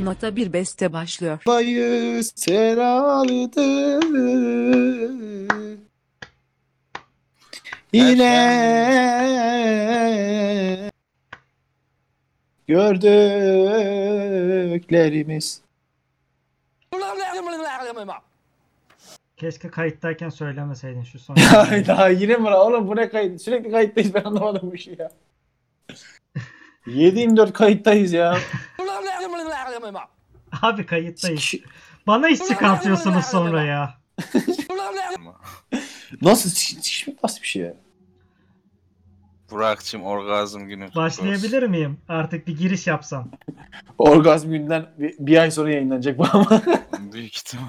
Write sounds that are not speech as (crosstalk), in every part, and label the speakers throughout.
Speaker 1: nota bir beste başlıyor.
Speaker 2: Bayı serardı. Yine gördüklerimiz.
Speaker 3: Keşke kayıttayken söylemeseydin şu son.
Speaker 2: Hayda yine mi? lan? Oğlum bu ne kayıt? Sürekli kayıttayız ben anlamadım bu işi ya. 7-24 kayıttayız ya.
Speaker 3: Abi kayıttayız. Bana iş çıkartıyorsunuz sonra ya.
Speaker 2: Nasıl? Şimdi nasıl bir şey ya?
Speaker 4: Burak'cığım orgazm günün kutlu olsun.
Speaker 3: Başlayabilir miyim? Artık bir giriş yapsam.
Speaker 2: Orgazm günden bir, bir ay sonra yayınlanacak bu ama.
Speaker 4: Büyük ihtimal.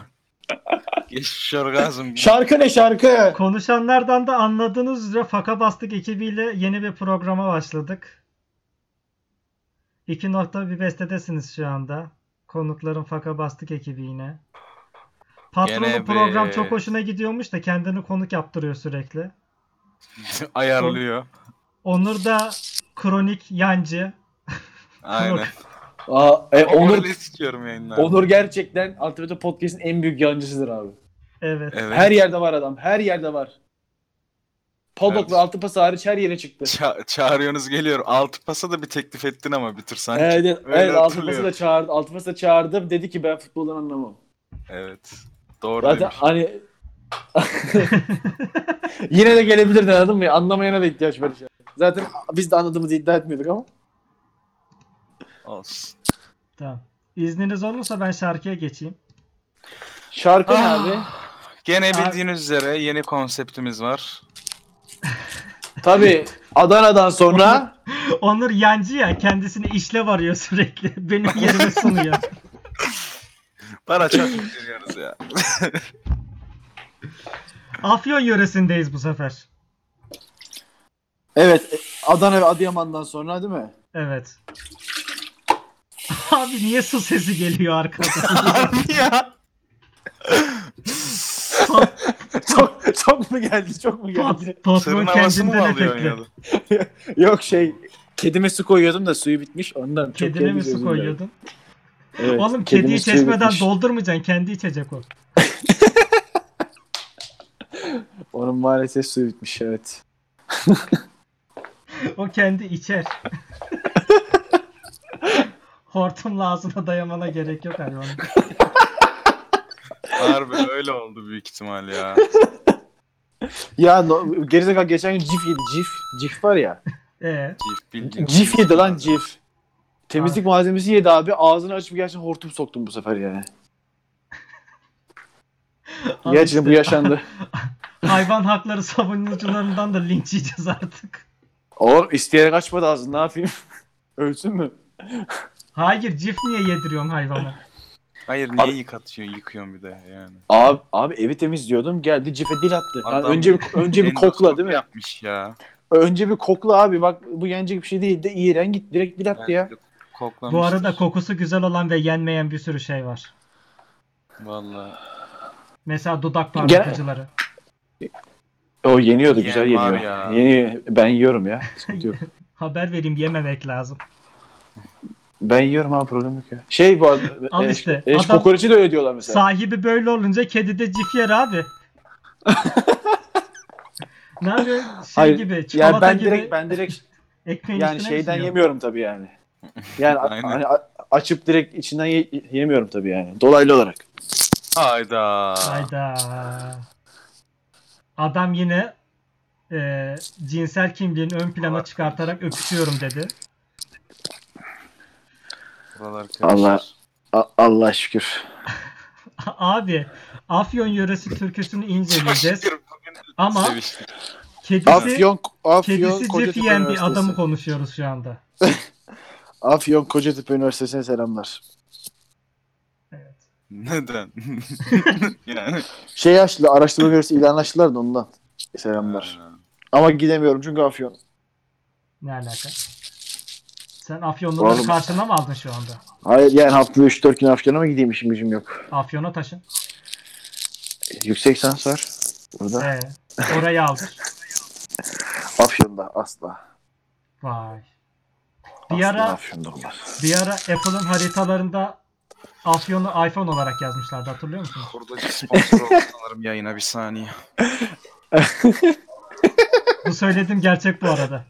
Speaker 4: (laughs) Geçmiş orgazm günü.
Speaker 2: şarkı ne şarkı?
Speaker 3: Konuşanlardan da anladığınız üzere Faka Bastık ekibiyle yeni bir programa başladık. İki nokta bir bestedesiniz şu anda. Konukların Faka Bastık ekibi yine. Patronun
Speaker 4: Gene
Speaker 3: program
Speaker 4: be.
Speaker 3: çok hoşuna gidiyormuş da kendini konuk yaptırıyor sürekli.
Speaker 4: Ayarlıyor.
Speaker 3: Onur da kronik yancı.
Speaker 4: Aynen.
Speaker 2: Aa, e,
Speaker 4: Onur
Speaker 2: Onur,
Speaker 4: istiyorum yayınlarda.
Speaker 2: Onur gerçekten Alternative Podcast'in en büyük yancısıdır abi.
Speaker 3: Evet.
Speaker 4: Evet.
Speaker 2: Her yerde var adam. Her yerde var. Podok
Speaker 4: Evet.
Speaker 2: ve Altıpas hariç her yere çıktı.
Speaker 4: Ça- çağırıyorsunuz geliyor. Altı pasa da bir teklif ettin ama bir tür sanki. Evet.
Speaker 2: Evet,
Speaker 4: öyle
Speaker 2: evet Altıpas'ı
Speaker 4: hatırlıyorum.
Speaker 2: da çağırdı. Altıpas'ı da çağırdım. Dedi ki ben futboldan anlamam.
Speaker 4: Doğru
Speaker 2: Zaten
Speaker 4: demiş.
Speaker 2: hani (laughs) yine de gelebilirdin anladın mı? Anlamayana da ihtiyaç var. işte. Zaten biz de anladığımızı iddia etmiyorduk ama.
Speaker 4: Olsun.
Speaker 3: Tamam. İzniniz olursa ben şarkıya geçeyim. (laughs)
Speaker 2: Şarkı ne
Speaker 4: Ah.
Speaker 2: abi?
Speaker 4: Gene
Speaker 3: Abi-
Speaker 4: bildiğiniz üzere yeni konseptimiz var.
Speaker 2: Tabii Adana'dan sonra
Speaker 3: Onur yancı ya kendisini işle varıyor sürekli. (laughs) Benim yerime sunuyor. (laughs)
Speaker 4: Bana çok üzülüyoruz ya.
Speaker 3: Afyon yöresindeyiz bu sefer.
Speaker 2: evet Adana ve Adıyaman'dan sonra değil mi?
Speaker 3: Evet. (laughs) Abi niye su sesi geliyor arkadan?
Speaker 4: ya.
Speaker 3: Tot-
Speaker 2: çok çok mu geldi? Çok mu geldi?
Speaker 3: tot- Tottenham
Speaker 4: Sırın havası mı
Speaker 3: kendinde
Speaker 4: alıyor
Speaker 3: efekti.
Speaker 4: oynadı?
Speaker 2: Yok şey kedime su koyuyordum da suyu bitmiş ondan çok
Speaker 3: Kedine mi
Speaker 2: geldi
Speaker 3: su
Speaker 2: gözümden.
Speaker 3: koyuyordun?
Speaker 2: Evet,
Speaker 3: Oğlum
Speaker 2: kedime
Speaker 3: kediyi
Speaker 2: suyu
Speaker 3: çeşmeden
Speaker 2: bitmiş.
Speaker 3: doldurmayacaksın. Kendi içecek o.
Speaker 2: Onun maalesef suyu bitmiş evet.
Speaker 3: O kendi içer. Hortumla ağzına dayamana gerek yok hayvan.
Speaker 4: Harbi öyle oldu büyük
Speaker 2: (laughs)
Speaker 4: ihtimal ya.
Speaker 2: Ya no, gerizekalı geçen gün cif yedi cif. Cif var ya.
Speaker 3: Ee,
Speaker 4: Cif bildiğiniz
Speaker 2: Cif yedi lan cif. Temizlik malzemesi yedi abi. Ağzını açıp gerçekten hortum soktum bu sefer yani.
Speaker 3: al
Speaker 2: Gerçekten bu
Speaker 3: işte. (laughs)
Speaker 2: yaşandı.
Speaker 3: Hayvan hakları savunucularından da linç yiyeceğiz artık.
Speaker 2: Oğlum isteyerek açmadı ağzını ne yapayım? (laughs) Ölsün mü?
Speaker 3: Hayır cif niye yediriyorsun hayvana?
Speaker 4: Hayır niye
Speaker 2: Abi-
Speaker 4: yıkatıyor yıkıyorsun bir de yani.
Speaker 2: Abi, abi evi temizliyordum geldi cife dil attı. Yani
Speaker 4: Adam-
Speaker 2: önce
Speaker 4: (laughs)
Speaker 2: bir, önce bir kokla değil mi?
Speaker 4: Yapmış ya.
Speaker 2: Önce bir kokla abi bak bu yenecek bir şey değil de iğren git direkt dil attı ya.
Speaker 4: Bence koklamıştır.
Speaker 3: Bu arada kokusu güzel olan ve yenmeyen bir sürü şey var.
Speaker 4: Vallahi.
Speaker 3: Mesela dudak parlatıcıları.
Speaker 2: O yeniyordu
Speaker 4: Yiyen
Speaker 2: güzel
Speaker 4: var
Speaker 2: yeniyor.
Speaker 4: ya.
Speaker 2: Yeni ben yiyorum ya. Sıkıntı
Speaker 3: (laughs)
Speaker 2: yok.
Speaker 3: Haber vereyim yememek lazım.
Speaker 2: Ben yiyorum abi problem yok ya. Şey bu arada.
Speaker 3: Al
Speaker 2: e,
Speaker 3: işte,
Speaker 2: e,
Speaker 3: adam-
Speaker 2: kokoreçi de öyle diyorlar mesela.
Speaker 3: Sahibi böyle olunca kedi de cif yer abi. ne yapıyor? Şey
Speaker 2: Hayır,
Speaker 3: gibi çikolata
Speaker 2: yani ben
Speaker 3: gibi
Speaker 2: direkt ben
Speaker 3: (laughs)
Speaker 2: direkt
Speaker 3: ekmeğin
Speaker 2: yani
Speaker 3: üstüne
Speaker 2: şeyden
Speaker 3: düşüyor.
Speaker 2: yemiyorum tabii yani.
Speaker 4: (laughs)
Speaker 2: Yani a-
Speaker 4: Aynen.
Speaker 2: hani a- açıp direkt içinden ye- yemiyorum tabii yani. Dolaylı olarak.
Speaker 4: Hayda.
Speaker 3: Hayda. Adam yine e, cinsel kimliğini ön plana çıkartarak öpüşüyorum dedi.
Speaker 4: Buralar karışır.
Speaker 2: Allah- A- Allah şükür.
Speaker 3: Abi Afyon yöresi türküsünü inceleyeceğiz.
Speaker 4: Şükür bugün
Speaker 3: Ama
Speaker 4: seviştik.
Speaker 3: kedisi,
Speaker 2: Afyon Afyon
Speaker 3: kedisi cif
Speaker 2: Kocatepe
Speaker 3: yiyen bir
Speaker 2: Üniversitesi.
Speaker 3: adamı konuşuyoruz şu anda.
Speaker 2: Afyon Kocatepe Üniversitesi'ne selamlar.
Speaker 4: (laughs)
Speaker 3: (laughs)
Speaker 4: Neden? yani.
Speaker 2: Şey açtı araştırma görevlisi ilan açtılar da ondan. Selamlar. Ama gidemiyorum çünkü Afyon.
Speaker 3: Ne alaka? Sen Afyonluları
Speaker 2: Oğlum.
Speaker 3: karşına mı aldın şu anda?
Speaker 2: Hayır yani haftada 3-4 gün Afyon'a mı gideyim işim gücüm yok.
Speaker 3: Afyon'a taşın.
Speaker 2: Yüksek lisans var. Burada.
Speaker 3: Ee, orayı aldır.
Speaker 2: Afyon'da asla.
Speaker 3: Vay. Bir
Speaker 2: asla
Speaker 3: ara
Speaker 2: Afyon'da olmaz.
Speaker 3: bir ara Apple'ın haritalarında Afyon'u iPhone olarak yazmışlardı hatırlıyor musunuz?
Speaker 4: Hurdacı sponsor oldu sanırım yayına bir saniye.
Speaker 3: Bu söylediğim gerçek bu arada.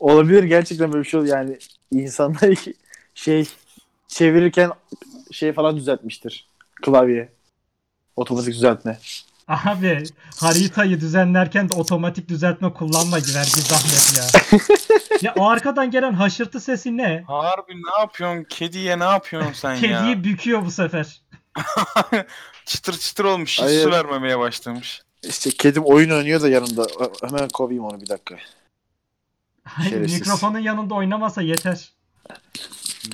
Speaker 2: Olabilir gerçekten böyle bir şey oluyor. yani insanlar (laughs) şey çevirirken şey falan düzeltmiştir klavye otomatik düzeltme.
Speaker 3: Abi haritayı düzenlerken de otomatik düzeltme kullanma giver bir zahmet ya. ya o arkadan gelen haşırtı sesi ne?
Speaker 4: Harbi ne yapıyorsun? Kediye ne yapıyorsun sen ya?
Speaker 3: Kediyi büküyor bu sefer.
Speaker 4: Çıtır çıtır olmuş. Hiç
Speaker 2: Hayır.
Speaker 4: su vermemeye başlamış.
Speaker 2: İşte kedim oyun oynuyor da yanımda. Hemen kovayım onu bir dakika.
Speaker 3: Hayır,
Speaker 2: Şerefsiz.
Speaker 3: mikrofonun yanında oynamasa yeter.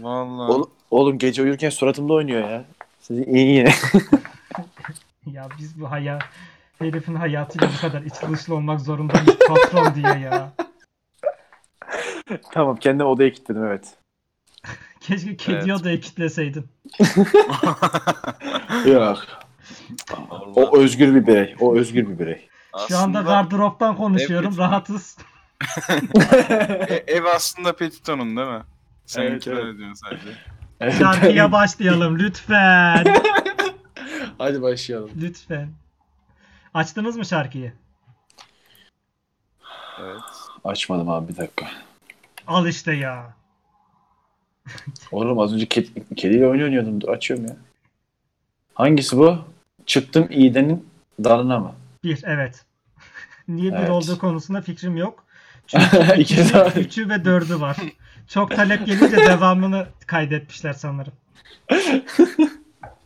Speaker 4: Vallahi.
Speaker 2: Oğlum, oğlum gece uyurken suratımda oynuyor ya. Sizin iyi yine. (laughs)
Speaker 3: Ya biz bu haya herifin hayatıyla bu kadar içli dışlı olmak zorundayız patron diye ya.
Speaker 2: tamam kendimi odaya kilitledim evet.
Speaker 3: Keşke kediyi
Speaker 4: Evet.
Speaker 3: odaya kitleseydin.
Speaker 2: Yok. O özgür bir birey. O özgür bir birey.
Speaker 3: Şu anda gardıroptan konuşuyorum.
Speaker 4: Evet.
Speaker 3: Rahatız.
Speaker 4: E- ev aslında Petiton'un değil mi? Sen
Speaker 2: Evet, evet.
Speaker 4: öyle diyorsun
Speaker 2: (laughs)
Speaker 4: sadece.
Speaker 3: Şarkıya başlayalım lütfen.
Speaker 2: Hadi başlayalım.
Speaker 3: lütfen. Açtınız mı şarkıyı?
Speaker 4: Evet.
Speaker 2: Açmadım abi bir dakika.
Speaker 3: Al işte ya.
Speaker 2: Oğlum az önce ked- kediyle oyun oynuyordum. Dur açıyorum ya. Hangisi bu? Çıktım iğdenin dalına mı?
Speaker 3: Bir evet. (laughs) Niye bir
Speaker 2: Evet.
Speaker 3: olduğu konusunda fikrim yok.
Speaker 2: İki
Speaker 3: Üçü,
Speaker 2: tane.
Speaker 3: üçü ve
Speaker 2: (laughs)
Speaker 3: dördü var. Çok talep gelince devamını kaydetmişler sanırım. (laughs)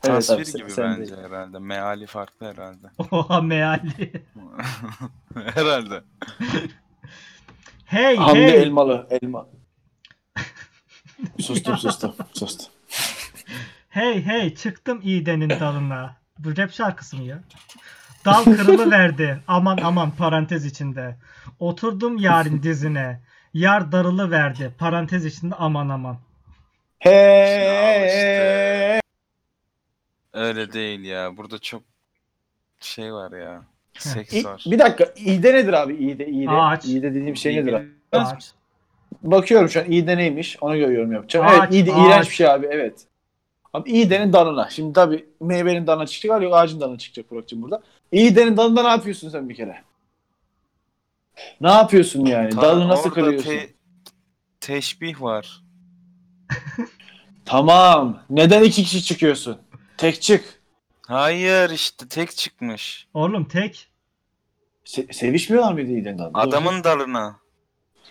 Speaker 2: Evet
Speaker 4: Tasvir
Speaker 2: abi, sen-
Speaker 4: gibi
Speaker 2: sen
Speaker 4: bence herhalde. Meali farklı herhalde. (laughs)
Speaker 3: Oha meali.
Speaker 4: herhalde.
Speaker 3: Hey
Speaker 2: Hamdi
Speaker 3: hey.
Speaker 2: Elmalı.
Speaker 3: (laughs)
Speaker 2: Elma. sustum sustum. Sustum.
Speaker 3: Hey hey çıktım İğde'nin dalına. Bu rap şarkısı mı ya?
Speaker 2: (laughs)
Speaker 3: Dal kırılı verdi. Aman aman parantez içinde. Oturdum yarın dizine. Yar darılı verdi. Parantez içinde aman aman.
Speaker 4: Al Ee, işte.
Speaker 2: Hey.
Speaker 4: Öyle değil ya. Burada çok şey var ya. Seks
Speaker 2: İ-
Speaker 4: var.
Speaker 2: bir dakika. İğde nedir abi? İğde, iğde.
Speaker 3: Ağaç.
Speaker 2: İğde dediğim şey nedir abi?
Speaker 3: Ağaç.
Speaker 2: Bakıyorum şu an iğde neymiş ona göre yorum yapacağım.
Speaker 3: Ağaç,
Speaker 2: evet iğde
Speaker 3: ağaç.
Speaker 2: iğrenç bir şey abi evet. Abi iğdenin dalına. Şimdi tabii meyvenin dalına çıkacak var yok ağacın dalına çıkacak Burak'cığım burada. İğdenin dalında ne yapıyorsun sen bir kere? Ne yapıyorsun yani?
Speaker 4: Ta-
Speaker 2: Dalı nasıl
Speaker 4: orada
Speaker 2: kırıyorsun?
Speaker 4: te- teşbih var.
Speaker 2: Tamam. Neden iki kişi çıkıyorsun? Tek çık.
Speaker 4: Hayır işte tek çıkmış.
Speaker 3: Oğlum tek.
Speaker 2: Se- sevişmiyorlar mıydı iğdenin dalında?
Speaker 4: Adamın dalına.
Speaker 3: (laughs)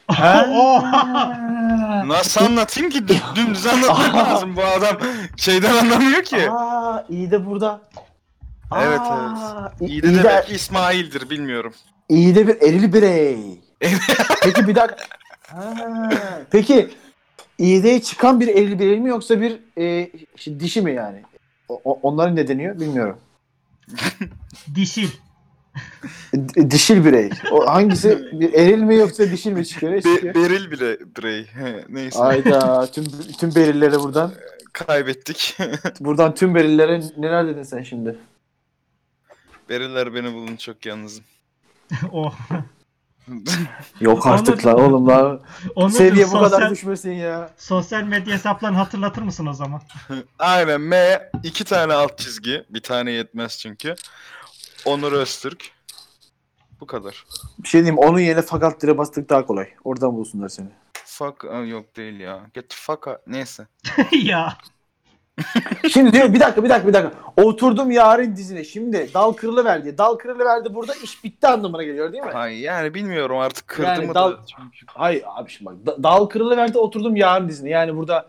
Speaker 2: Ha?
Speaker 3: Oha. Oh.
Speaker 4: Nasıl anlatayım ki?
Speaker 2: (laughs)
Speaker 4: Dü- Dümdüz anlatmak lazım. Bu adam şeyden anlamıyor ki.
Speaker 2: Aa, iğde burada.
Speaker 4: Evet,
Speaker 2: Aa,
Speaker 4: İyi
Speaker 2: İğde-
Speaker 4: de belki İsmail'dir bilmiyorum.
Speaker 2: İyi de bir eril birey. Peki bir dakika. Ha, Peki iğdeye çıkan bir eril birey mi yoksa bir e, şi- dişi mi yani? O- o- onların ne deniyor bilmiyorum.
Speaker 3: Dişil. (laughs)
Speaker 2: D- dişil birey. O hangisi bir eril mi yoksa dişil mi çıkıyor? Ne
Speaker 4: Be-
Speaker 2: çıkıyor?
Speaker 4: beril bire birey. He, Neyse
Speaker 2: Ayda tüm tüm berillere buradan.
Speaker 4: kaybettik. (laughs)
Speaker 2: Buradan tüm berillere neler dedin sen şimdi?
Speaker 4: Beriller beni bulun çok yalnızım.
Speaker 3: Oh.
Speaker 2: Yok artık lan
Speaker 3: Anladım.
Speaker 2: oğlum lan.
Speaker 3: Onu
Speaker 2: Seviye bu kadar
Speaker 3: sosyal,
Speaker 2: düşmesin ya.
Speaker 3: sosyal medya hesaplarını hatırlatır mısın o zaman? (laughs)
Speaker 4: Aynen M iki tane alt çizgi. Bir tane yetmez çünkü. Onur Öztürk. Bu kadar.
Speaker 2: Bir şey diyeyim onun yerine fakat dire bastık daha kolay. Oradan bulsunlar seni.
Speaker 4: Fuck Aa, yok değil ya. Get the fuck out. Neyse.
Speaker 3: ya.
Speaker 2: Şimdi diyor bir dakika bir dakika bir dakika. Oturdum yarın dizine. Şimdi dal kırılı verdi. Dal kırılı verdi burada iş bitti anlamına geliyor değil mi?
Speaker 4: Ay yani bilmiyorum artık kırdı
Speaker 2: Yani
Speaker 4: mı
Speaker 2: dal-
Speaker 4: da. Çünkü...
Speaker 2: Hayır abi şimdi bak da- dal kırılı verdi oturdum yarın dizine. Yani burada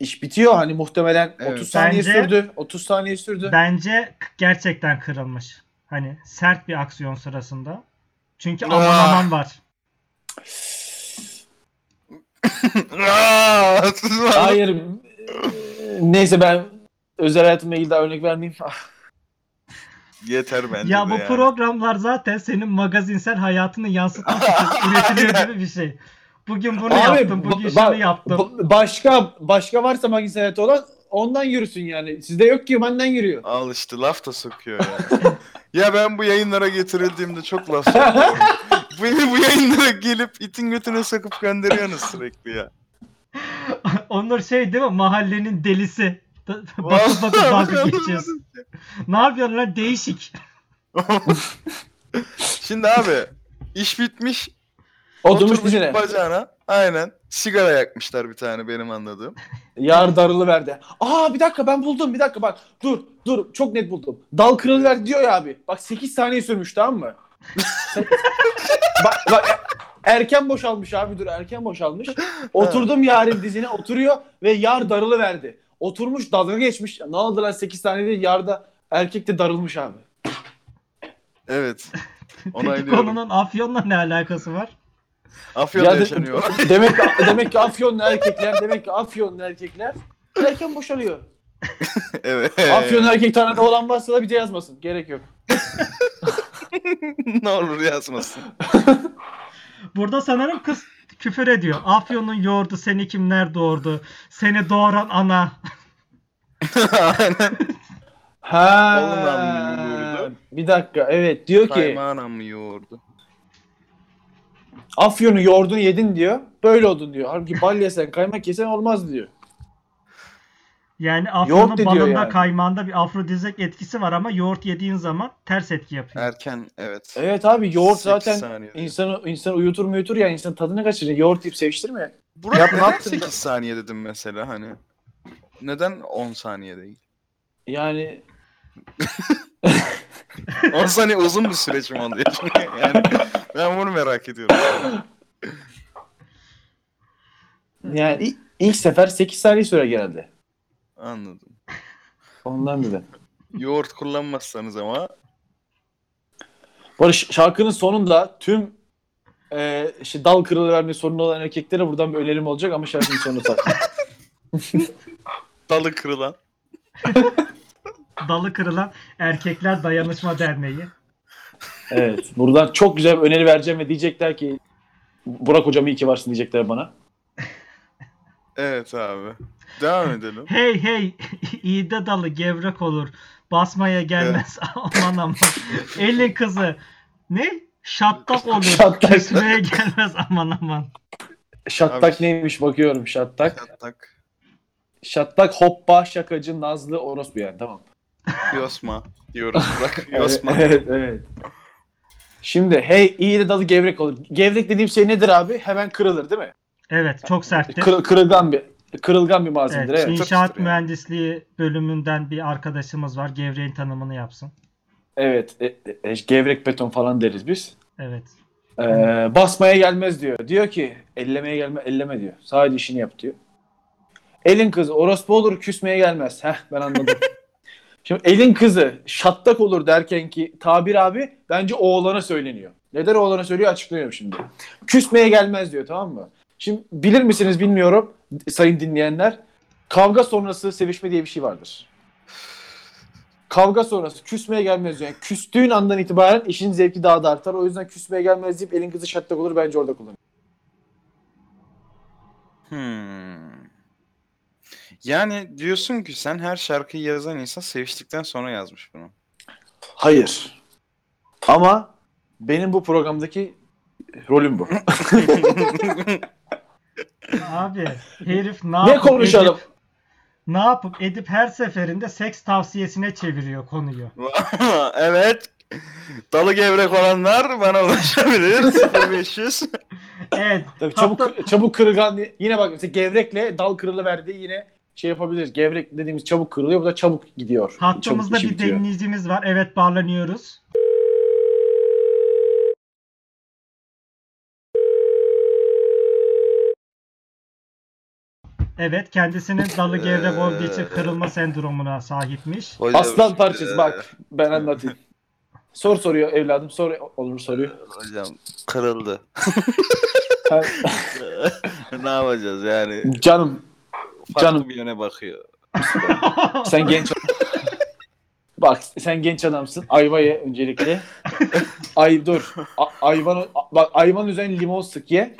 Speaker 2: iş bitiyor hani muhtemelen
Speaker 4: Evet.
Speaker 2: 30 saniye
Speaker 3: Bence-
Speaker 2: sürdü. 30 saniye sürdü.
Speaker 3: Bence gerçekten kırılmış. Hani sert bir aksiyon sırasında. Çünkü aman
Speaker 4: Ah.
Speaker 3: aman var.
Speaker 4: (laughs) Aa,
Speaker 2: Hayır. eee, Neyse ben özel hayatımla ilgili daha örnek vermeyeyim. Ah,
Speaker 4: Yeter bence
Speaker 3: ya
Speaker 4: de
Speaker 3: bu
Speaker 4: yani.
Speaker 3: programlar zaten senin magazinsel hayatını yansıtmak için üretiliyor gibi bir şey. Bugün bunu
Speaker 2: Abi,
Speaker 3: yaptım, bugün
Speaker 2: ba-
Speaker 3: şunu
Speaker 2: ba-
Speaker 3: yaptım.
Speaker 2: ba- başka başka varsa magazin hayatı olan ondan yürüsün yani. Sizde yok ki benden yürüyor.
Speaker 4: Al işte laf da sokuyor ya. (laughs) ya ben bu yayınlara getirildiğimde çok laf sokuyorum. Beni bu yayınlara gelip itin götüne sokup gönderiyorsunuz sürekli ya.
Speaker 3: Onur şey değil mi? Mahallenin delisi. Da-
Speaker 4: (laughs)
Speaker 3: Bakıp bakıp dalga geçeceğiz. Ne yapıyorsun lan? Değişik.
Speaker 4: Şimdi abi iş bitmiş.
Speaker 2: Oturmuş
Speaker 4: oturmuş
Speaker 2: dizine.
Speaker 4: bacağına. Aynen. Sigara yakmışlar bir tane benim anladığım.
Speaker 2: Yar darılı verdi. Aa bir dakika ben buldum bir dakika bak. Dur dur çok net buldum. Dal kırılı verdi diyor ya abi. Bak 8 saniye sürmüş tamam
Speaker 4: (laughs)
Speaker 2: mı? bak bak erken boşalmış abi dur erken boşalmış. Oturdum yarın dizine oturuyor ve yar darılı verdi. Oturmuş dalga geçmiş. Ne oldu lan 8 saniyede yarda erkek de darılmış abi.
Speaker 4: (laughs) Evet.
Speaker 3: Peki
Speaker 4: Onaylıyorum.
Speaker 3: konunun Afyon'la ne alakası var?
Speaker 4: Afyon'da
Speaker 2: Ya de-
Speaker 4: yaşanıyor.
Speaker 2: (laughs)
Speaker 4: (laughs)
Speaker 2: Demek demek ki Afyonlu erkekler demek ki Afyonlu erkekler erken boşalıyor.
Speaker 4: evet.
Speaker 2: Afyonlu erkek tanıdığı olan varsa da bize yazmasın. Gerek yok.
Speaker 4: (laughs) ne olur yazmasın.
Speaker 3: Burada sanırım kız küfür ediyor. Afyon'un yoğurdu seni kimler doğurdu? Seni doğuran ana.
Speaker 4: (laughs) Aynen.
Speaker 2: Ha.
Speaker 4: Onunla mı yoğurdu?
Speaker 2: Bir dakika evet diyor ki
Speaker 4: Kaymağına mı yoğurdu?
Speaker 2: Afyon'u yoğurdunu yedin diyor. Böyle oldun diyor. Halbuki bal yesen kaymak yesen olmaz diyor.
Speaker 3: Yani
Speaker 2: Yoğurt
Speaker 3: Afyon'un
Speaker 2: de diyor
Speaker 3: balında
Speaker 2: yani.
Speaker 3: kaymağında bir afrodizyak etkisi var ama yoğurt yediğin zaman ters etki yapıyor.
Speaker 4: Erken evet.
Speaker 2: Evet abi yoğurt
Speaker 4: Sekiz
Speaker 2: zaten
Speaker 4: saniyede.
Speaker 2: insanı insan uyutur mu uyutur ya insan tadını kaçırır. Yoğurt yiyip seviştirme.
Speaker 4: Burak
Speaker 2: Yap, ne
Speaker 4: neden
Speaker 2: yaptın
Speaker 4: 8 saniye dedim mesela hani. Neden 10 saniye (laughs) değil?
Speaker 2: Yani
Speaker 4: 10 saniye uzun bir süreç mi oluyor? (laughs) yani ben bunu merak ediyorum.
Speaker 2: yani i- ilk sefer 8 saniye süre genelde.
Speaker 4: Anladım.
Speaker 2: Ondan bile.
Speaker 4: Yoğurt kullanmazsanız ama
Speaker 2: Bu arada ş- şarkının sonunda tüm e, işte dal kırılı verme sorunu olan erkeklere buradan bir önerim olacak ama şarkının sonunu saklı.
Speaker 4: dalı kırılan.
Speaker 3: Dalı kırılan Erkekler Dayanışma
Speaker 2: (laughs)
Speaker 3: Derneği.
Speaker 2: Evet. Buradan çok güzel bir öneri vereceğim ve diyecekler ki Burak hocam iyi ki varsın diyecekler bana.
Speaker 4: Evet abi. Devam edelim.
Speaker 3: Hey hey (laughs) iğde dalı gevrek olur. Basmaya gelmez. (laughs) aman aman. Elin kızı. Ne?
Speaker 2: (laughs)
Speaker 3: Şattak olur.
Speaker 2: Şattak.
Speaker 3: Kesmeye gelmez aman aman.
Speaker 2: Şattak
Speaker 4: Abi-
Speaker 2: neymiş bakıyorum şattak.
Speaker 4: Çatlak.
Speaker 2: Şattak hoppa şakacı nazlı orospu yani tamam.
Speaker 4: Yosma diyoruz
Speaker 2: (laughs)
Speaker 4: Burak. Yosma.
Speaker 2: Evet evet. Şimdi hey iyi de dalı gevrek olur. Gevrek dediğim şey nedir abi? Hemen kırılır değil mi?
Speaker 3: Evet çok sertti.
Speaker 2: Kırı- kırılgan bir kırılgan bir
Speaker 3: Evet,
Speaker 2: malzemedir evet.
Speaker 4: çok
Speaker 3: inşaat
Speaker 4: sıkıntı yani.
Speaker 3: mühendisliği bölümünden bir arkadaşımız var. Gevreğin tanımını yapsın.
Speaker 2: Evet. e- e- gevrek beton falan deriz biz.
Speaker 3: Evet.
Speaker 2: Ee, basmaya gelmez diyor. Diyor ki ellemeye gelme elleme diyor. Sadece işini yap diyor. Elin kızı orospu olur küsmeye gelmez. Heh ben anladım. Şimdi elin kızı şattak olur derken ki tabir abi bence oğlana söyleniyor. Neden oğlana söylüyor açıklıyorum şimdi. Küsmeye gelmez diyor tamam mı? Şimdi bilir misiniz bilmiyorum sayın dinleyenler. Kavga sonrası sevişme diye bir şey vardır. Kavga sonrası küsmeye gelmez diyor. Yani küstüğün andan itibaren işin zevki daha da artar. O yüzden küsmeye gelmez deyip elin kızı şattak olur bence orada kullanıyor.
Speaker 4: Hmm. Yani diyorsun ki sen her şarkıyı yazan insan seviştikten sonra yazmış bunu.
Speaker 2: Hayır. Ama benim bu programdaki rolüm bu. (laughs)
Speaker 3: Abi herif ne,
Speaker 2: ne
Speaker 3: yapıp
Speaker 2: konuşalım?
Speaker 3: edip- ne yapıp edip her seferinde seks tavsiyesine çeviriyor konuyu.
Speaker 4: (laughs) evet. Dalı gevrek olanlar bana (laughs) ulaşabilir. 0500.
Speaker 3: Evet.
Speaker 2: (laughs) Tabii
Speaker 3: hatta-
Speaker 2: çabuk çabuk kırılgan diye- yine bak mesela gevrekle dal kırılı verdi yine şey yapabiliriz. Gevrek dediğimiz çabuk kırılıyor bu da çabuk gidiyor.
Speaker 3: Hattımızda
Speaker 2: Çabuk işi
Speaker 3: bir
Speaker 2: bitiyor.
Speaker 3: dinleyicimiz var. Evet bağlanıyoruz. Evet kendisinin dalı gevrek olduğu için kırılma sendromuna sahipmiş.
Speaker 4: Hocam, e,
Speaker 2: Aslan parçası bak ben (laughs) anlatayım. Sor soruyor evladım sor olur soruyor.
Speaker 4: Hocam kırıldı.
Speaker 2: (laughs) Ha,
Speaker 4: ne yapacağız yani?
Speaker 2: Canım
Speaker 4: Farklı
Speaker 2: Canım.
Speaker 4: bir yöne bakıyor.
Speaker 2: sen genç Bak sen genç adamsın. Ayva ye öncelikle. Ay dur. A- ayvan bak ayvan üzerine limon sık ye.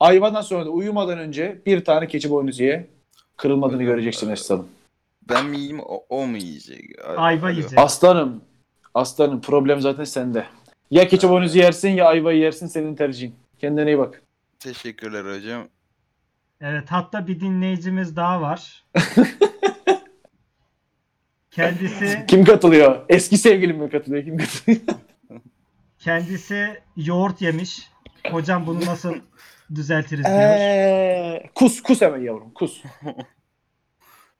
Speaker 2: Ayvadan sonra da uyumadan önce bir tane keçi boynuzu ye. Kırılmadığını göreceksin aslanım.
Speaker 4: Ben mi yiyeyim o, o mu yiyecek? Ay-
Speaker 3: Ayva
Speaker 4: alo.
Speaker 3: yiyecek.
Speaker 2: Aslanım. Aslanım problem zaten sende. Ya keçi boynuzu yersin ya ayva yersin senin tercihin. Kendine iyi bak.
Speaker 4: Teşekkürler hocam.
Speaker 3: Evet hatta bir dinleyicimiz daha var.
Speaker 2: (laughs)
Speaker 3: Kendisi
Speaker 2: Kim katılıyor? Eski sevgilim mi katılıyor? Kim katılıyor?
Speaker 3: kendisi yoğurt yemiş. Hocam bunu nasıl düzeltiriz
Speaker 2: Ee,
Speaker 3: diyor.
Speaker 2: Eee, kus kus hemen yavrum kus.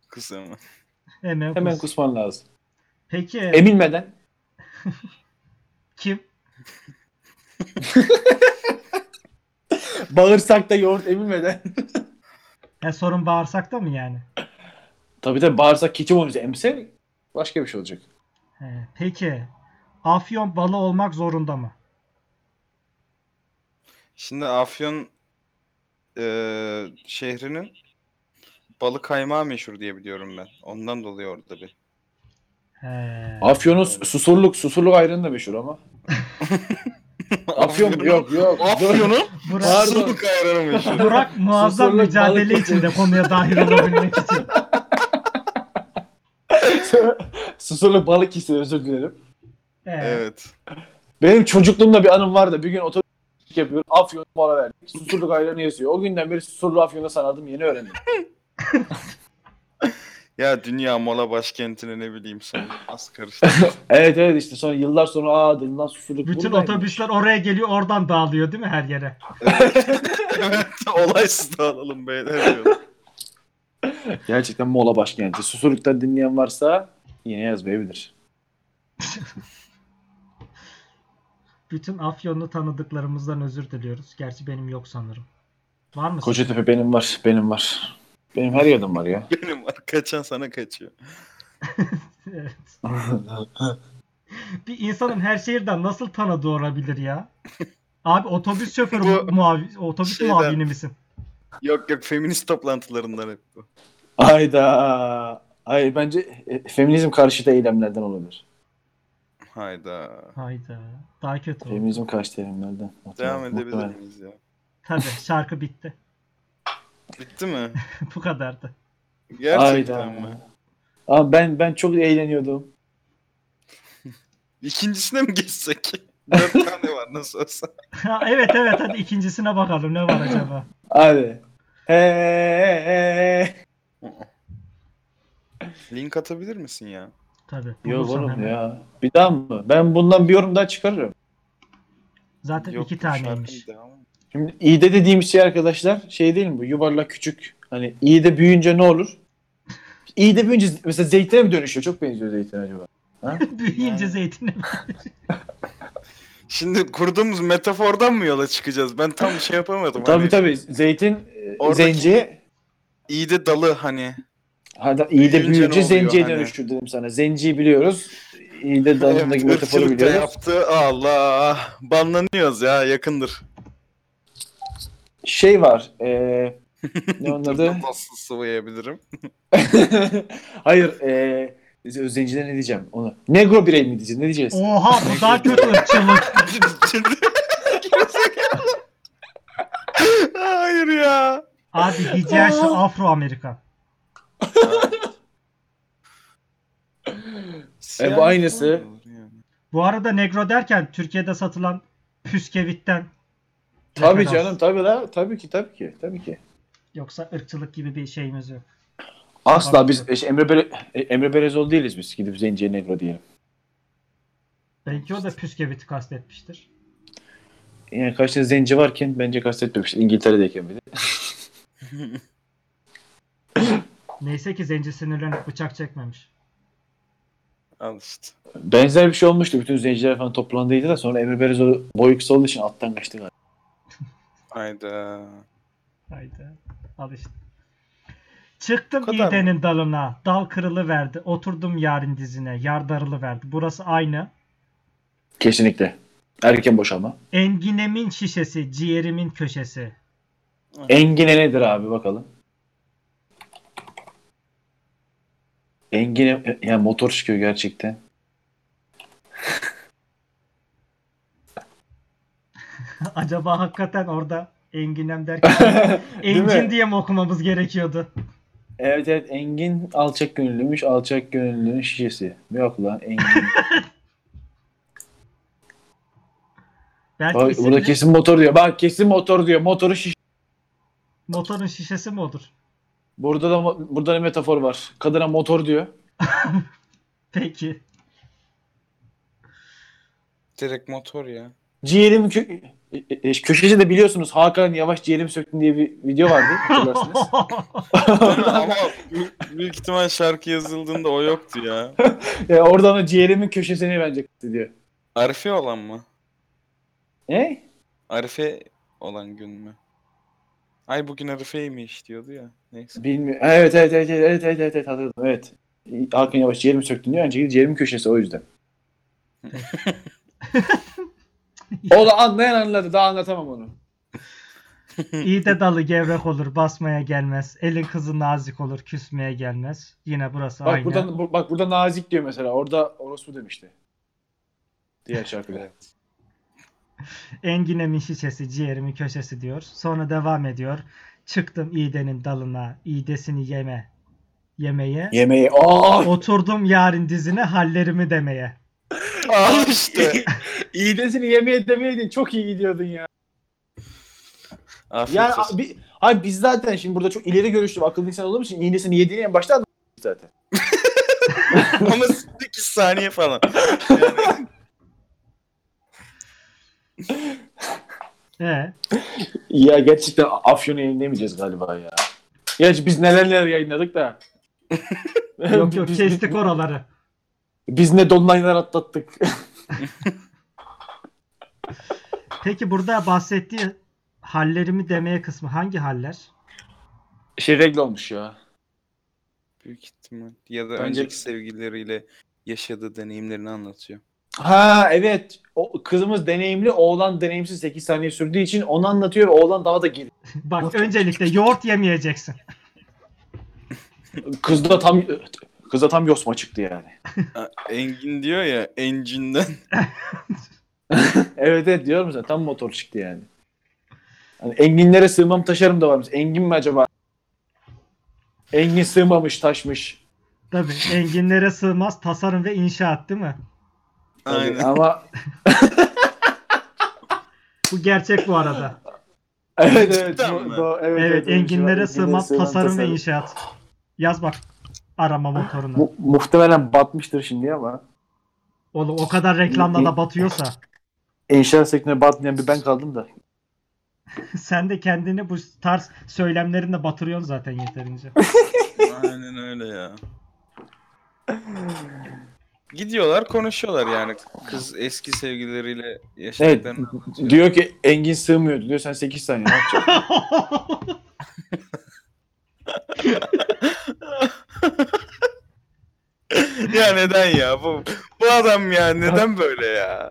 Speaker 4: Kısa mı?
Speaker 3: Hemen,
Speaker 2: Hemen
Speaker 3: kus.
Speaker 2: kusman lazım.
Speaker 3: Peki
Speaker 2: Emilmeden.
Speaker 3: kim?
Speaker 2: Bağırsakta yoğurt emilmeden.
Speaker 3: E, sorun bağırsakta mı yani?
Speaker 2: Tabii tabii bağırsak keçim olunca emse başka bir şey olacak.
Speaker 3: He, peki Afyon balı olmak zorunda mı?
Speaker 4: Şimdi Afyon eee, şehrinin balık kaymağı meşhur diye biliyorum ben. Ondan dolayı orada bir.
Speaker 3: He.
Speaker 2: Afyon'un su- susurluk, susurluk ayrını da meşhur ama. (laughs) Afyon yok yok.
Speaker 4: Afyon'un
Speaker 3: Burak,
Speaker 2: Pardon.
Speaker 4: sulu
Speaker 2: (laughs)
Speaker 4: kayranı meşhur.
Speaker 3: Burak muazzam
Speaker 2: Susurluk
Speaker 3: mücadele
Speaker 2: balık
Speaker 3: içinde konuya dahil olabilmek için.
Speaker 2: (laughs) susurluk balık hissi özür dilerim.
Speaker 3: He.
Speaker 4: Evet.
Speaker 2: Benim çocukluğumda bir anım vardı. Bir gün otobüs yapıyor. Afyon mola verdik. Susurluk ayranı yazıyor. O günden beri susurluk afyonu sanardım. Yeni öğrendim.
Speaker 4: Ya dünya mola başkentine ne bileyim sen. Az
Speaker 2: (laughs)
Speaker 4: karıştı.
Speaker 2: Evet evet işte sonra yıllar sonra aa dedim lan susurluk
Speaker 3: Bütün
Speaker 2: buradaymış.
Speaker 3: otobüsler oraya geliyor oradan dağılıyor değil mi her yere?
Speaker 4: evet. Olaysız dağılalım beyler diyorum.
Speaker 2: Gerçekten mola başkenti. Susurluk'tan dinleyen varsa yine yazmayabilir.
Speaker 3: Bütün Afyonlu tanıdıklarımızdan özür diliyoruz. Gerçi benim yok sanırım. Var mı?
Speaker 2: Kocatepe benim var. Benim var. Benim her yerim var ya.
Speaker 4: Benim var. Kaçan sana kaçıyor.
Speaker 3: (laughs)
Speaker 4: (laughs)
Speaker 3: Evet. Bir insanın her şehirden nasıl tanıdığı olabilir ya? Abi otobüs
Speaker 4: (laughs)
Speaker 3: şoförü
Speaker 4: Bu
Speaker 3: muavi, otobüs
Speaker 4: şeyden-
Speaker 3: muavini misin?
Speaker 4: Yok yok feminist toplantılarından hep bu.
Speaker 2: Ayda. Ay bence e, feminizm karşıtı eylemlerden olabilir.
Speaker 4: Hayda.
Speaker 3: Hayda. Daha kötü oldu.
Speaker 2: Feminizm karşıtı eylemlerden.
Speaker 4: Devam edebilir
Speaker 2: Muhtemelen.
Speaker 4: miyiz ya?
Speaker 3: Tabii şarkı bitti. (laughs)
Speaker 4: Bitti mi?
Speaker 3: Bu kadardı.
Speaker 4: Gerçekten
Speaker 2: Hayda.
Speaker 4: mi?
Speaker 2: Ama ben ben çok eğleniyordum.
Speaker 4: İkincisine mi geçsek? (laughs) Dört tane var nasıl olsa.
Speaker 3: Ha, evet evet hadi ikincisine bakalım ne var acaba?
Speaker 2: Hadi. Hey.
Speaker 4: Link atabilir misin ya?
Speaker 3: Tabii.
Speaker 2: Yok
Speaker 3: bulursam
Speaker 2: oğlum
Speaker 3: hemen.
Speaker 2: ya. Bir daha mı? Ben bundan bir yorum daha çıkarırım.
Speaker 3: Zaten iki
Speaker 4: bu şarkının
Speaker 3: taneymiş.
Speaker 4: devamı.
Speaker 2: Şimdi iğde dediğimiz şey arkadaşlar şey değil mi bu? Yuvarlak küçük. Hani iğde büyüyünce ne olur? İğde büyüyünce mesela zeytine mi dönüşüyor? Çok benziyor zeytine acaba.
Speaker 3: (laughs) Büyüyünce zeytine.
Speaker 4: (laughs) Şimdi kurduğumuz metafordan mı yola çıkacağız? Ben tam şey yapamadım.
Speaker 2: Tabii
Speaker 4: Hani
Speaker 2: tabii. Zeytin e,
Speaker 4: Oradaki-
Speaker 2: zenci
Speaker 4: iyi de dalı hani.
Speaker 2: hadi iğde
Speaker 4: Büyüyünce ne
Speaker 2: büyüyünce
Speaker 4: oluyor
Speaker 2: zenciye
Speaker 4: hani?
Speaker 2: dönüşür dedim sana. Zenciyi biliyoruz.
Speaker 4: (laughs)
Speaker 2: İğde dalındaki
Speaker 4: Evet,
Speaker 2: metaforu
Speaker 4: ırkçılıkta
Speaker 2: biliyoruz.
Speaker 4: yaptı. Allah. Banlanıyoruz ya yakındır.
Speaker 2: Şey var. E, ne onun adı?
Speaker 4: Nasıl sıvayabilirim?
Speaker 2: (laughs) Hayır. E, zenciden ne diyeceğim onu? Negro birey mi diyeceğiz? Ne diyeceğiz?
Speaker 3: Oha bu daha kötü ırkçılık.
Speaker 4: Hayır ya.
Speaker 3: Abi diyeceğin şey Afro Amerikan.
Speaker 2: E, bu aynısı.
Speaker 3: Bu arada negro derken Türkiye'de satılan püskevitten
Speaker 2: Tabii
Speaker 3: (laughs) referans.
Speaker 2: canım tabii la. Tabii ki tabii ki. Tabii ki.
Speaker 3: Yoksa ırkçılık gibi bir şeyimiz yok.
Speaker 2: Asla
Speaker 3: Tabii.
Speaker 2: biz e, Emre, Bere, e, Emre Berezoğlu değiliz biz. Gidip Zenciye Negro diyelim.
Speaker 3: Belki o da püskeviti kastetmiştir.
Speaker 2: Yani karşında Zenci varken bence kastetmemiştir. İngiltere'deyken bile.
Speaker 3: Neyse ki zenci sinirlenip bıçak çekmemiş.
Speaker 4: Al işte.
Speaker 2: Benzer bir şey olmuştu. Bütün Zenciler falan toplandıydı da sonra Emre Berezoğlu boyu kısa olduğu için alttan kaçtı galiba.
Speaker 4: Hayda.
Speaker 3: Haydi. Al işte. Çıktım
Speaker 4: Bu kadar
Speaker 3: İğde'nin dalına. Dal kırılı verdi. Oturdum yarın dizine. Yardarılı verdi. Burası aynı.
Speaker 2: Kesinlikle. Erken boşalma.
Speaker 3: Enginemin şişesi, ciğerimin köşesi. (laughs)
Speaker 2: Engine nedir abi bakalım. Engine e, ya motor çıkıyor gerçekten.
Speaker 3: Acaba hakikaten orada Enginem derken
Speaker 2: (laughs) Değil mi?
Speaker 3: Engin diye mi okumamız gerekiyordu?
Speaker 2: Evet evet Engin alçak gönüllüymüş. Alçak gönüllünün şişesi. Yok lan Engin.
Speaker 3: Belki
Speaker 2: Bak,
Speaker 3: isimli-
Speaker 2: burada kesin motor diyor. Bak kesin motor diyor. Motoru şiş.
Speaker 3: Motorun şişesi mi olur?
Speaker 2: Burada da burada da metafor var. Kadına motor diyor.
Speaker 3: Peki.
Speaker 4: Direkt
Speaker 2: (laughs)
Speaker 4: motor ya.
Speaker 2: Ciğerim kö- e, e, köşeci de biliyorsunuz Hakan Yavaş ciğerim söktün diye bir video vardı
Speaker 3: (laughs)
Speaker 2: hatırlarsınız.
Speaker 4: Ama büyük- büyük ihtimal şarkı yazıldığında o yoktu ya.
Speaker 2: E, oradan da ciğerimin köşesini bence kesti diyor. E?
Speaker 4: Arife olan mı?
Speaker 2: Ne?
Speaker 4: Arife olan gün mü? Ay bugün Arife'ymiş diyordu ya. Neyse.
Speaker 2: Bilmiyorum. Evet evet evet evet evet evet, evet, evet hatırladım evet. Hakan Yavaş ciğerimi söktün diyor. Önceki ciğerimin köşesi o yüzden. o da anlayan anladı. Daha anlatamam onu.
Speaker 3: İyi de dalı gevrek olur, basmaya gelmez. Elin kızı nazik olur, küsmeye gelmez. Yine burası
Speaker 2: Bak
Speaker 3: aynı.
Speaker 2: burada bu- bak burada nazik diyor mesela. Orada orospu demişti. Diğer şarkıda.
Speaker 3: Enginemin şişesi, ciğerimin köşesi diyor. Sonra devam ediyor. Çıktım iğdenin dalına, iğdesini yeme. Yemeye.
Speaker 2: Yemeği. Ah! Aa!
Speaker 3: Oturdum yarın dizine hallerimi demeye.
Speaker 4: (laughs) Al işte.
Speaker 2: iyi desin yemeği demeydin. Çok iyi gidiyordun ya.
Speaker 4: Afiyet
Speaker 2: Yani
Speaker 4: olsun.
Speaker 2: abi, abi biz zaten şimdi burada çok ileri görüşlü ve akıllı insan olduğumuz için iğnesini yediğini en başta anladık zaten.
Speaker 4: (laughs) Ama 8 saniye falan.
Speaker 3: E,
Speaker 2: Ya gerçekten Afyon'u yayınlayamayacağız galiba ya. Gerçi biz neler neler yayınladık da.
Speaker 3: (laughs) yok yok
Speaker 2: Biz-
Speaker 3: kestik oraları.
Speaker 2: Biz ne donlaylar atlattık. (laughs)
Speaker 3: Peki burada bahsettiği hallerimi demeye kısmı hangi haller?
Speaker 2: şey regle olmuş ya.
Speaker 4: Büyük ihtimal. Ya da
Speaker 2: Bence-
Speaker 4: önceki sevgilileriyle yaşadığı deneyimlerini anlatıyor.
Speaker 2: Ha evet. O, kızımız deneyimli, oğlan deneyimsiz 8 saniye sürdüğü için onu anlatıyor ve oğlan daha da geri.
Speaker 3: Bak öncelikle yoğurt yemeyeceksin.
Speaker 2: Kız da tam kız da tam yosma çıktı yani.
Speaker 4: Ha, Engin diyor ya encinden. (laughs)
Speaker 2: Evet evet diyorum zaten tam motor çıktı yani. Hani enginlere sığmam taşarım da varmış. Engin mi acaba? Engin sığmamış taşmış.
Speaker 3: Tabii enginlere sığmaz tasarım ve inşaat değil mi?
Speaker 2: Tabii
Speaker 4: Aynen.
Speaker 2: Ama
Speaker 3: Bu gerçek bu arada.
Speaker 2: evet evet.
Speaker 4: Cidden mi?
Speaker 2: do- do- evet,
Speaker 3: Evet enginlere sığmaz tasarım ve
Speaker 2: tasarım.
Speaker 3: inşaat. Yaz bak arama motoruna.
Speaker 2: Mu- muhtemelen batmıştır şimdi ama.
Speaker 3: Oğlum o kadar reklamla da batıyorsa (laughs)
Speaker 2: İnşaat sektörüne batmayan bir ben kaldım da.
Speaker 3: sen de kendini bu tarz söylemlerinle batırıyorsun zaten (laughs) yeterince.
Speaker 4: Aynen öyle ya. Gidiyorlar konuşuyorlar yani. Kız eski sevgilileriyle yaşadıklarını anlatıyor.
Speaker 2: Diyor ki Engin sığmıyordu diyor sen 8 saniye. (laughs) ne yapacaksın?
Speaker 4: ya neden ya? Bu, bu adam ya (laughs) neden böyle ya?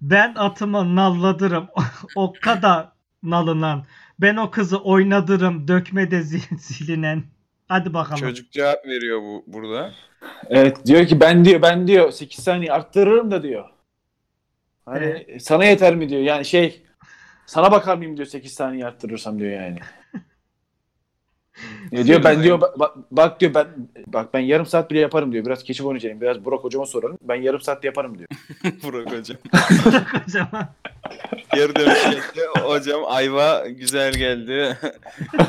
Speaker 3: ben atımı nalladırım. (laughs) o kadar nalınan. Ben o kızı oynadırım. Dökmede zi- (laughs) silinen. Hadi bakalım. (laughs)
Speaker 4: Çocuk cevap veriyor bu burada. (laughs)
Speaker 2: evet diyor ki ben diyor ben diyor 8 saniye arttırırım da diyor. Hani sana yeter mi diyor yani şey sana bakar mıyım diyor 8 saniye arttırırsam diyor
Speaker 3: (laughs)
Speaker 2: yani. Ya diyor ben diyor ba- ba- bak diyor ben bak ben yarım saat bile yaparım diyor. Biraz keçi oynayacağım. Biraz Burak hocama sorarım. Ben yarım saatte yaparım diyor.
Speaker 4: Burak hocam.
Speaker 3: Kocaman.
Speaker 4: Geri dönüş geldi. Hocam ayva güzel geldi.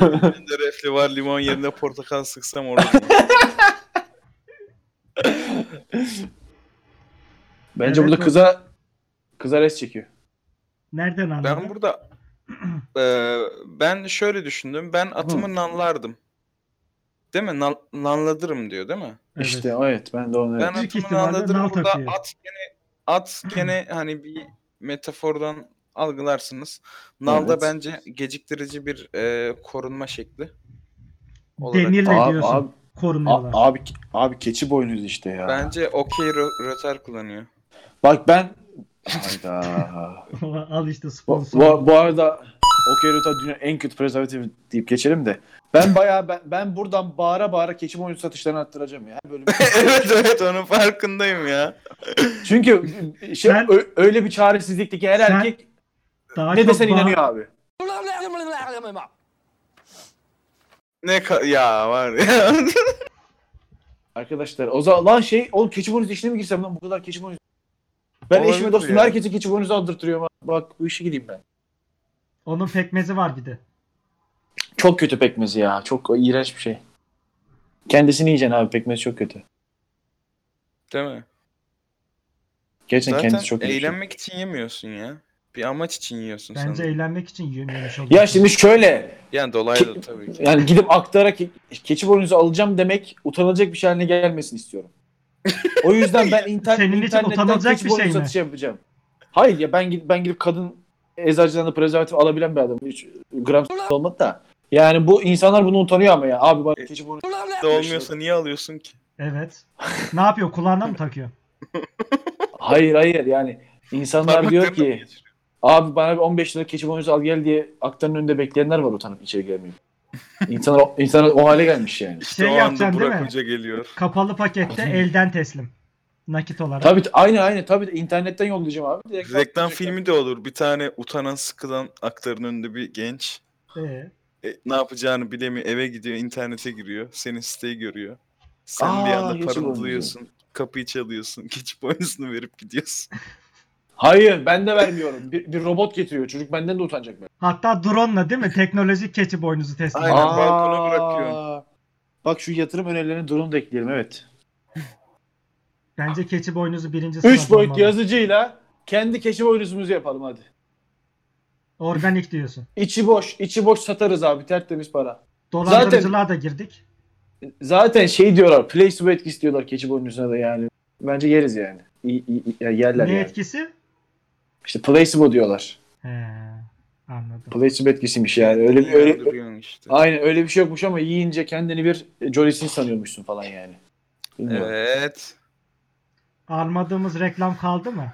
Speaker 4: Önünde refli var limon yerine portakal sıksam orada.
Speaker 2: Bence
Speaker 3: Evet,
Speaker 2: burada
Speaker 3: o-
Speaker 2: kıza kıza res çekiyor.
Speaker 3: Nereden anladın?
Speaker 4: Ben burada Eee, ben şöyle düşündüm. Ben atımı nanlardım. Değil mi? Nan, nanladırım diyor değil mi?
Speaker 3: Evet.
Speaker 2: İşte evet ben de onu evet.
Speaker 4: Ben
Speaker 3: Büyük
Speaker 4: atımı
Speaker 3: ihtimalle
Speaker 4: nanladırım.
Speaker 3: nal
Speaker 4: Burada
Speaker 3: takıyor.
Speaker 4: at gene at gene hani bir metafordan algılarsınız. Nal da
Speaker 2: Evet.
Speaker 4: bence geciktirici bir eee, korunma şekli. olarak-
Speaker 3: Demirle
Speaker 2: Abi-
Speaker 3: diyorsun.
Speaker 2: abi-
Speaker 3: korunuyorlar.
Speaker 2: A- abi abi keçi boynuz işte ya.
Speaker 4: Bence okey rö- röter kullanıyor.
Speaker 2: Bak ben
Speaker 3: (laughs)
Speaker 2: Hayda.
Speaker 3: Al işte
Speaker 2: bu,
Speaker 3: sponsor.
Speaker 2: bu, bu arada Okey Rota dünya en kötü prezervatif deyip geçelim de. Ben bayağı ben, ben buradan bağıra bağıra keçi boynuz satışlarını arttıracağım ya. Her
Speaker 3: (laughs)
Speaker 2: bölüm.
Speaker 4: (laughs) evet evet onun farkındayım ya.
Speaker 2: Çünkü şey,
Speaker 3: Sen-
Speaker 2: ö- öyle bir çaresizlikteki her
Speaker 3: Sen-
Speaker 2: erkek
Speaker 3: Daha
Speaker 2: ne
Speaker 3: çok
Speaker 2: desen
Speaker 3: bağ-
Speaker 2: inanıyor abi.
Speaker 4: Ne ka- ya var ya.
Speaker 2: Arkadaşlar o zaman lan şey oğlum keçi boynuz işine mi girsem lan bu kadar keçi boynuz. Ben
Speaker 4: Olabilir
Speaker 2: eşime dostum
Speaker 4: ya.
Speaker 2: herkese keçi boynuzu aldırtırıyorum. Bak bu işe gideyim ben.
Speaker 3: Onun pekmezi var bir de.
Speaker 2: Çok kötü pekmez ya. Çok iğrenç bir şey. Kendisini yiyeceksin abi. Pekmez çok kötü.
Speaker 4: (laughs) Değil mi?
Speaker 2: Gerçekten
Speaker 4: Zaten
Speaker 2: kendisi çok kötü. bir şey.
Speaker 4: eğlenmek için yemiyorsun ya. Bir amaç için yiyorsun
Speaker 3: Bence
Speaker 4: sanırım.
Speaker 3: eğlenmek için yememiş oluyor.
Speaker 2: Ya şimdi şöyle.
Speaker 4: Yani dolaylı tabii ki.
Speaker 2: Yani gidip aktara ke- keçi boynuzu alacağım demek utanılacak bir şey haline gelmesin istiyorum. O yüzden ben inter-
Speaker 3: (laughs) Senin için
Speaker 2: internetten
Speaker 3: utanılacak
Speaker 2: keçi
Speaker 3: bir
Speaker 2: boynuzu
Speaker 3: şey mi?
Speaker 2: satışı yapacağım. Hayır ya ben gidip ben gidip kadın eczacıdan da prezervatif alabilen bir adamım. Hiç gram s- olmadı da. Yani bu insanlar bunu utanıyor ama ya. Abi bak keçi boynuzu
Speaker 4: Da olmuyorsa niye alıyorsun ki?
Speaker 3: Evet. Ne yapıyor? Kulağına mı takıyor?
Speaker 2: Hayır hayır yani insanlar diyor
Speaker 4: Parmaklarını mı
Speaker 2: ki
Speaker 4: geçiriyor?
Speaker 2: abi bana bir 15 lira keçi boynuzu al gel diye aktarın önünde bekleyenler var utanıp içeri gelmiyor. İnsanlar, insanlar o hale gelmiş yani.
Speaker 4: (laughs) İşte
Speaker 3: Şey
Speaker 4: o anda
Speaker 3: yapacaksın değil
Speaker 4: Burak
Speaker 3: mi?
Speaker 4: Hoca geliyor.
Speaker 3: Kapalı pakette elden teslim. Nakit olarak.
Speaker 2: Tabii aynı aynı tabii internetten yollayacağım abi. Direkt
Speaker 4: Reklam
Speaker 2: atlayacak.
Speaker 4: filmi de olur. Bir tane utanan sıkılan aktarın önünde bir genç.
Speaker 3: Ee,
Speaker 4: E, ne yapacağını bilemiyor. Eve gidiyor, internete giriyor. Senin siteyi görüyor. Sen bir
Speaker 2: Aa,
Speaker 4: anda
Speaker 2: geçip
Speaker 4: parıldıyorsun. Kapıyı çalıyorsun. (laughs) Geçip boynuzunu verip gidiyorsun.
Speaker 2: Hayır ben de vermiyorum. Bir, bir robot getiriyor çocuk benden de utanacak ben.
Speaker 3: hatta drone'la değil mi? Teknolojik keçi boynuzu teslim.
Speaker 4: Aynen, balkona
Speaker 2: Bak şu yatırım önerilerini durum da ekleyelim evet.
Speaker 3: Bence keçi boynuzu birinci sırada.
Speaker 2: Üç boyutlu
Speaker 3: olmalı.
Speaker 2: yazıcıyla kendi keşif oyunumuzu yapalım hadi.
Speaker 3: Organik diyorsun.
Speaker 2: İçi boş, içi boş satarız abi tertemiz para.
Speaker 3: Dolandırıcılığa da girdik.
Speaker 2: Zaten şey diyorlar, play to etkisi diyorlar keçi boynuzuna da yani. Bence yeriz yani. İyi, iyi, iyi- yani yerler
Speaker 3: ne
Speaker 2: yani.
Speaker 3: etkisi?
Speaker 2: İşte placebo diyorlar.
Speaker 3: He, anladım.
Speaker 2: Placebo etkisiymiş yani.
Speaker 4: Şey,
Speaker 2: Öyle, öyle,
Speaker 4: Yardırıyorsun işte.
Speaker 2: Aynen öyle bir şey yokmuş ama yiyince kendini bir Jolly Sin sanıyormuşsun falan yani. Bilmiyorum.
Speaker 4: Evet.
Speaker 3: Almadığımız reklam kaldı mı?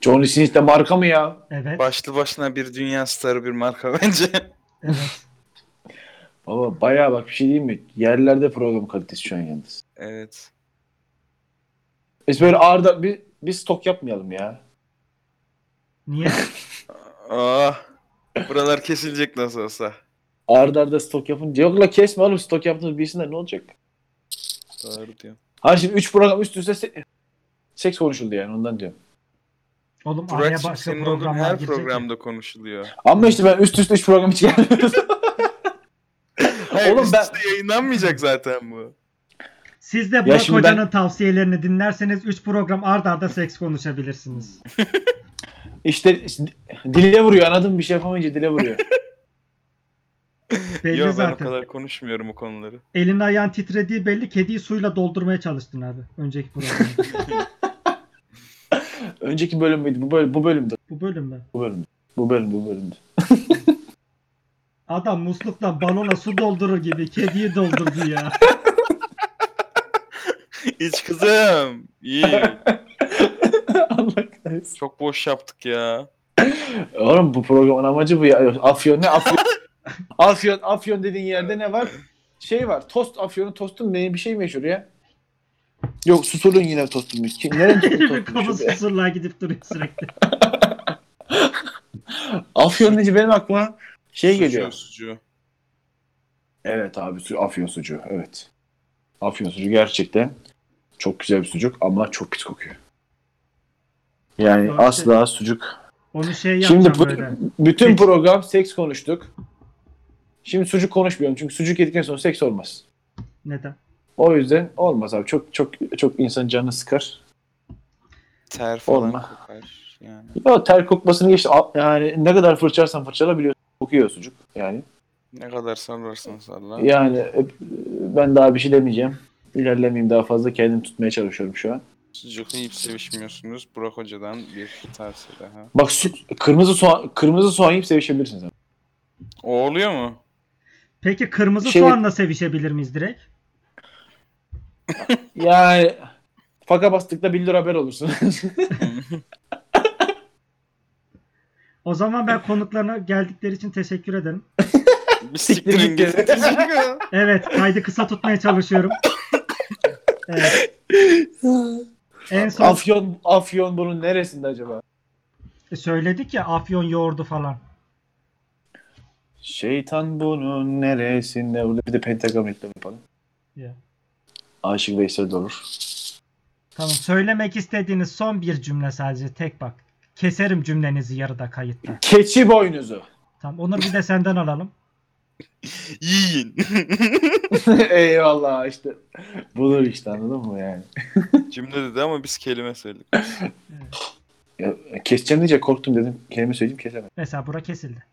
Speaker 2: Jolly Sin işte marka mı ya?
Speaker 3: Evet.
Speaker 4: Başlı başına bir dünya starı bir marka (laughs) bence.
Speaker 3: evet.
Speaker 2: Baba bayağı bak bir şey diyeyim mi? Yerlerde program kalitesi şu an yalnız.
Speaker 4: evet.
Speaker 2: Biz böyle ağırda bir, bir stok yapmayalım ya.
Speaker 4: (laughs)
Speaker 3: Niye?
Speaker 4: Aa, Ah. buralar kesilecek nasıl olsa.
Speaker 2: Arda arda stok yapınca. Yok la kesme oğlum stok yaptığınız bilsinler ne olacak?
Speaker 4: Doğru diyor.
Speaker 2: Ha şimdi 3 program üst üste se- seks konuşuldu yani ondan diyorum.
Speaker 3: Oğlum araya
Speaker 4: Burak'cığım
Speaker 3: başka
Speaker 4: senin olduğun
Speaker 3: programlar
Speaker 4: her
Speaker 3: girecek.
Speaker 4: programda konuşuluyor.
Speaker 2: Ama işte ben üst üste 3 program hiç (laughs) gelmiyoruz.
Speaker 4: Hayır,
Speaker 2: Oğlum
Speaker 4: Oğlum
Speaker 2: ben-
Speaker 4: yayınlanmayacak zaten bu.
Speaker 3: Siz de Burak
Speaker 2: şimdi
Speaker 3: Hoca'nın tavsiyelerini dinlerseniz 3 program ard arda seks konuşabilirsiniz.
Speaker 2: işte, işte dile vuruyor anladın mı? Bir şey yapamayınca dile vuruyor.
Speaker 3: Belli
Speaker 4: Yo ben o
Speaker 3: zaten.
Speaker 4: kadar konuşmuyorum bu konuları. (laughs)
Speaker 3: Elin ayağın titrediği belli. Kediyi suyla doldurmaya çalıştın abi. Önceki programda.
Speaker 2: Önceki bölüm müydü? Bu bölüm, bu bölümdü.
Speaker 3: Bu bölümde.
Speaker 2: Bu bölümdü. Bu bölüm bu bölümdü.
Speaker 3: Adam musluktan balona su doldurur gibi kediyi doldurdu ya.
Speaker 4: İç kızım. İyi.
Speaker 2: (laughs) Allah kahretsin.
Speaker 4: Çok boş yaptık ya.
Speaker 2: Oğlum bu programın amacı bu ya. Afyon ne? Afyon, Afyon, Afyon dediğin yerde ne var? Şey var. Tost Afyon'un tostun ne bir şey meşhur ya. Yok susurun yine tostun. Kim nerede
Speaker 3: Bir
Speaker 2: tostun
Speaker 3: kamu
Speaker 2: meşhur ya?
Speaker 3: susurluğa gidip duruyor sürekli.
Speaker 2: Afyon deyince benim aklıma şey geliyor.
Speaker 4: Sucuğu.
Speaker 2: Evet abi su, Afyon sucuğu. Evet. Afyon sucuğu gerçekten çok güzel bir sucuk ama çok pis kokuyor. Yani
Speaker 3: Doğru.
Speaker 2: asla sucuk.
Speaker 3: Onu şey yapacağım
Speaker 2: Şimdi bu-
Speaker 3: böyle.
Speaker 2: bütün
Speaker 3: Hiç.
Speaker 2: program seks konuştuk. Şimdi sucuk konuşmuyorum çünkü sucuk yedikten sonra seks olmaz.
Speaker 3: Neden?
Speaker 2: O yüzden olmaz abi. Çok çok çok insan canı sıkar.
Speaker 4: Ter falan
Speaker 2: Olma.
Speaker 4: kokar. Yani.
Speaker 2: Ya ter kokmasını geç. a- Yani ne kadar fırçarsan fırçala biliyorsun. Kokuyor sucuk yani.
Speaker 4: Ne kadar sallarsan salla.
Speaker 2: Yani öp- ben daha bir şey demeyeceğim. İlerlemeyeyim daha fazla. Kendimi tutmaya çalışıyorum şu an.
Speaker 4: Sucuklu yiyip sevişmiyorsunuz. Burak Hoca'dan bir tavsiye daha.
Speaker 2: Bak su, kırmızı soğan kırmızı soğan yiyip sevişebilirsiniz. abi.
Speaker 4: O oluyor mu?
Speaker 3: Peki kırmızı
Speaker 2: Şey-
Speaker 3: soğanla sevişebilir miyiz direkt?
Speaker 2: Yani faka bastıkta 1 lira haber olursun.
Speaker 3: O zaman ben konuklarına geldikleri için teşekkür ederim.
Speaker 4: Bir
Speaker 2: Siktir
Speaker 4: siktirin
Speaker 2: git (laughs)
Speaker 4: git.
Speaker 3: Evet kaydı kısa tutmaya çalışıyorum. Evet. En son
Speaker 2: Afyon Afyon bunun neresinde acaba?
Speaker 3: e, söyledik ya afyon yoğurdu falan.
Speaker 2: Şeytan bunun neresinde? Burada bir de pentagram reklamı yapalım.
Speaker 3: Ya.
Speaker 2: Aşık Veysel de olur.
Speaker 3: Tamam söylemek istediğiniz son bir cümle sadece tek bak. Keserim cümlenizi yarıda kayıtta.
Speaker 2: Keçi boynuzu.
Speaker 3: Tamam Onur bir de senden alalım.
Speaker 4: Yiyin.
Speaker 2: (laughs) Eyvallah işte. Budur işte anladın mı yani?
Speaker 4: Cümle dedi ama biz kelime söyledik.
Speaker 2: Ya, keseceğim diyecek korktum dedim. Kelime söyleyeyim kesemem.
Speaker 3: Mesela bura kesildi.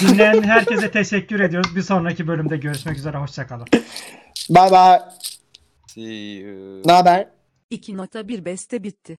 Speaker 3: Dinleyen herkese teşekkür ediyoruz. Bir sonraki bölümde görüşmek üzere. Hoşçakalın.
Speaker 2: Bye bye.
Speaker 4: See you.
Speaker 2: Ne haber?
Speaker 1: 2.1 beste bitti.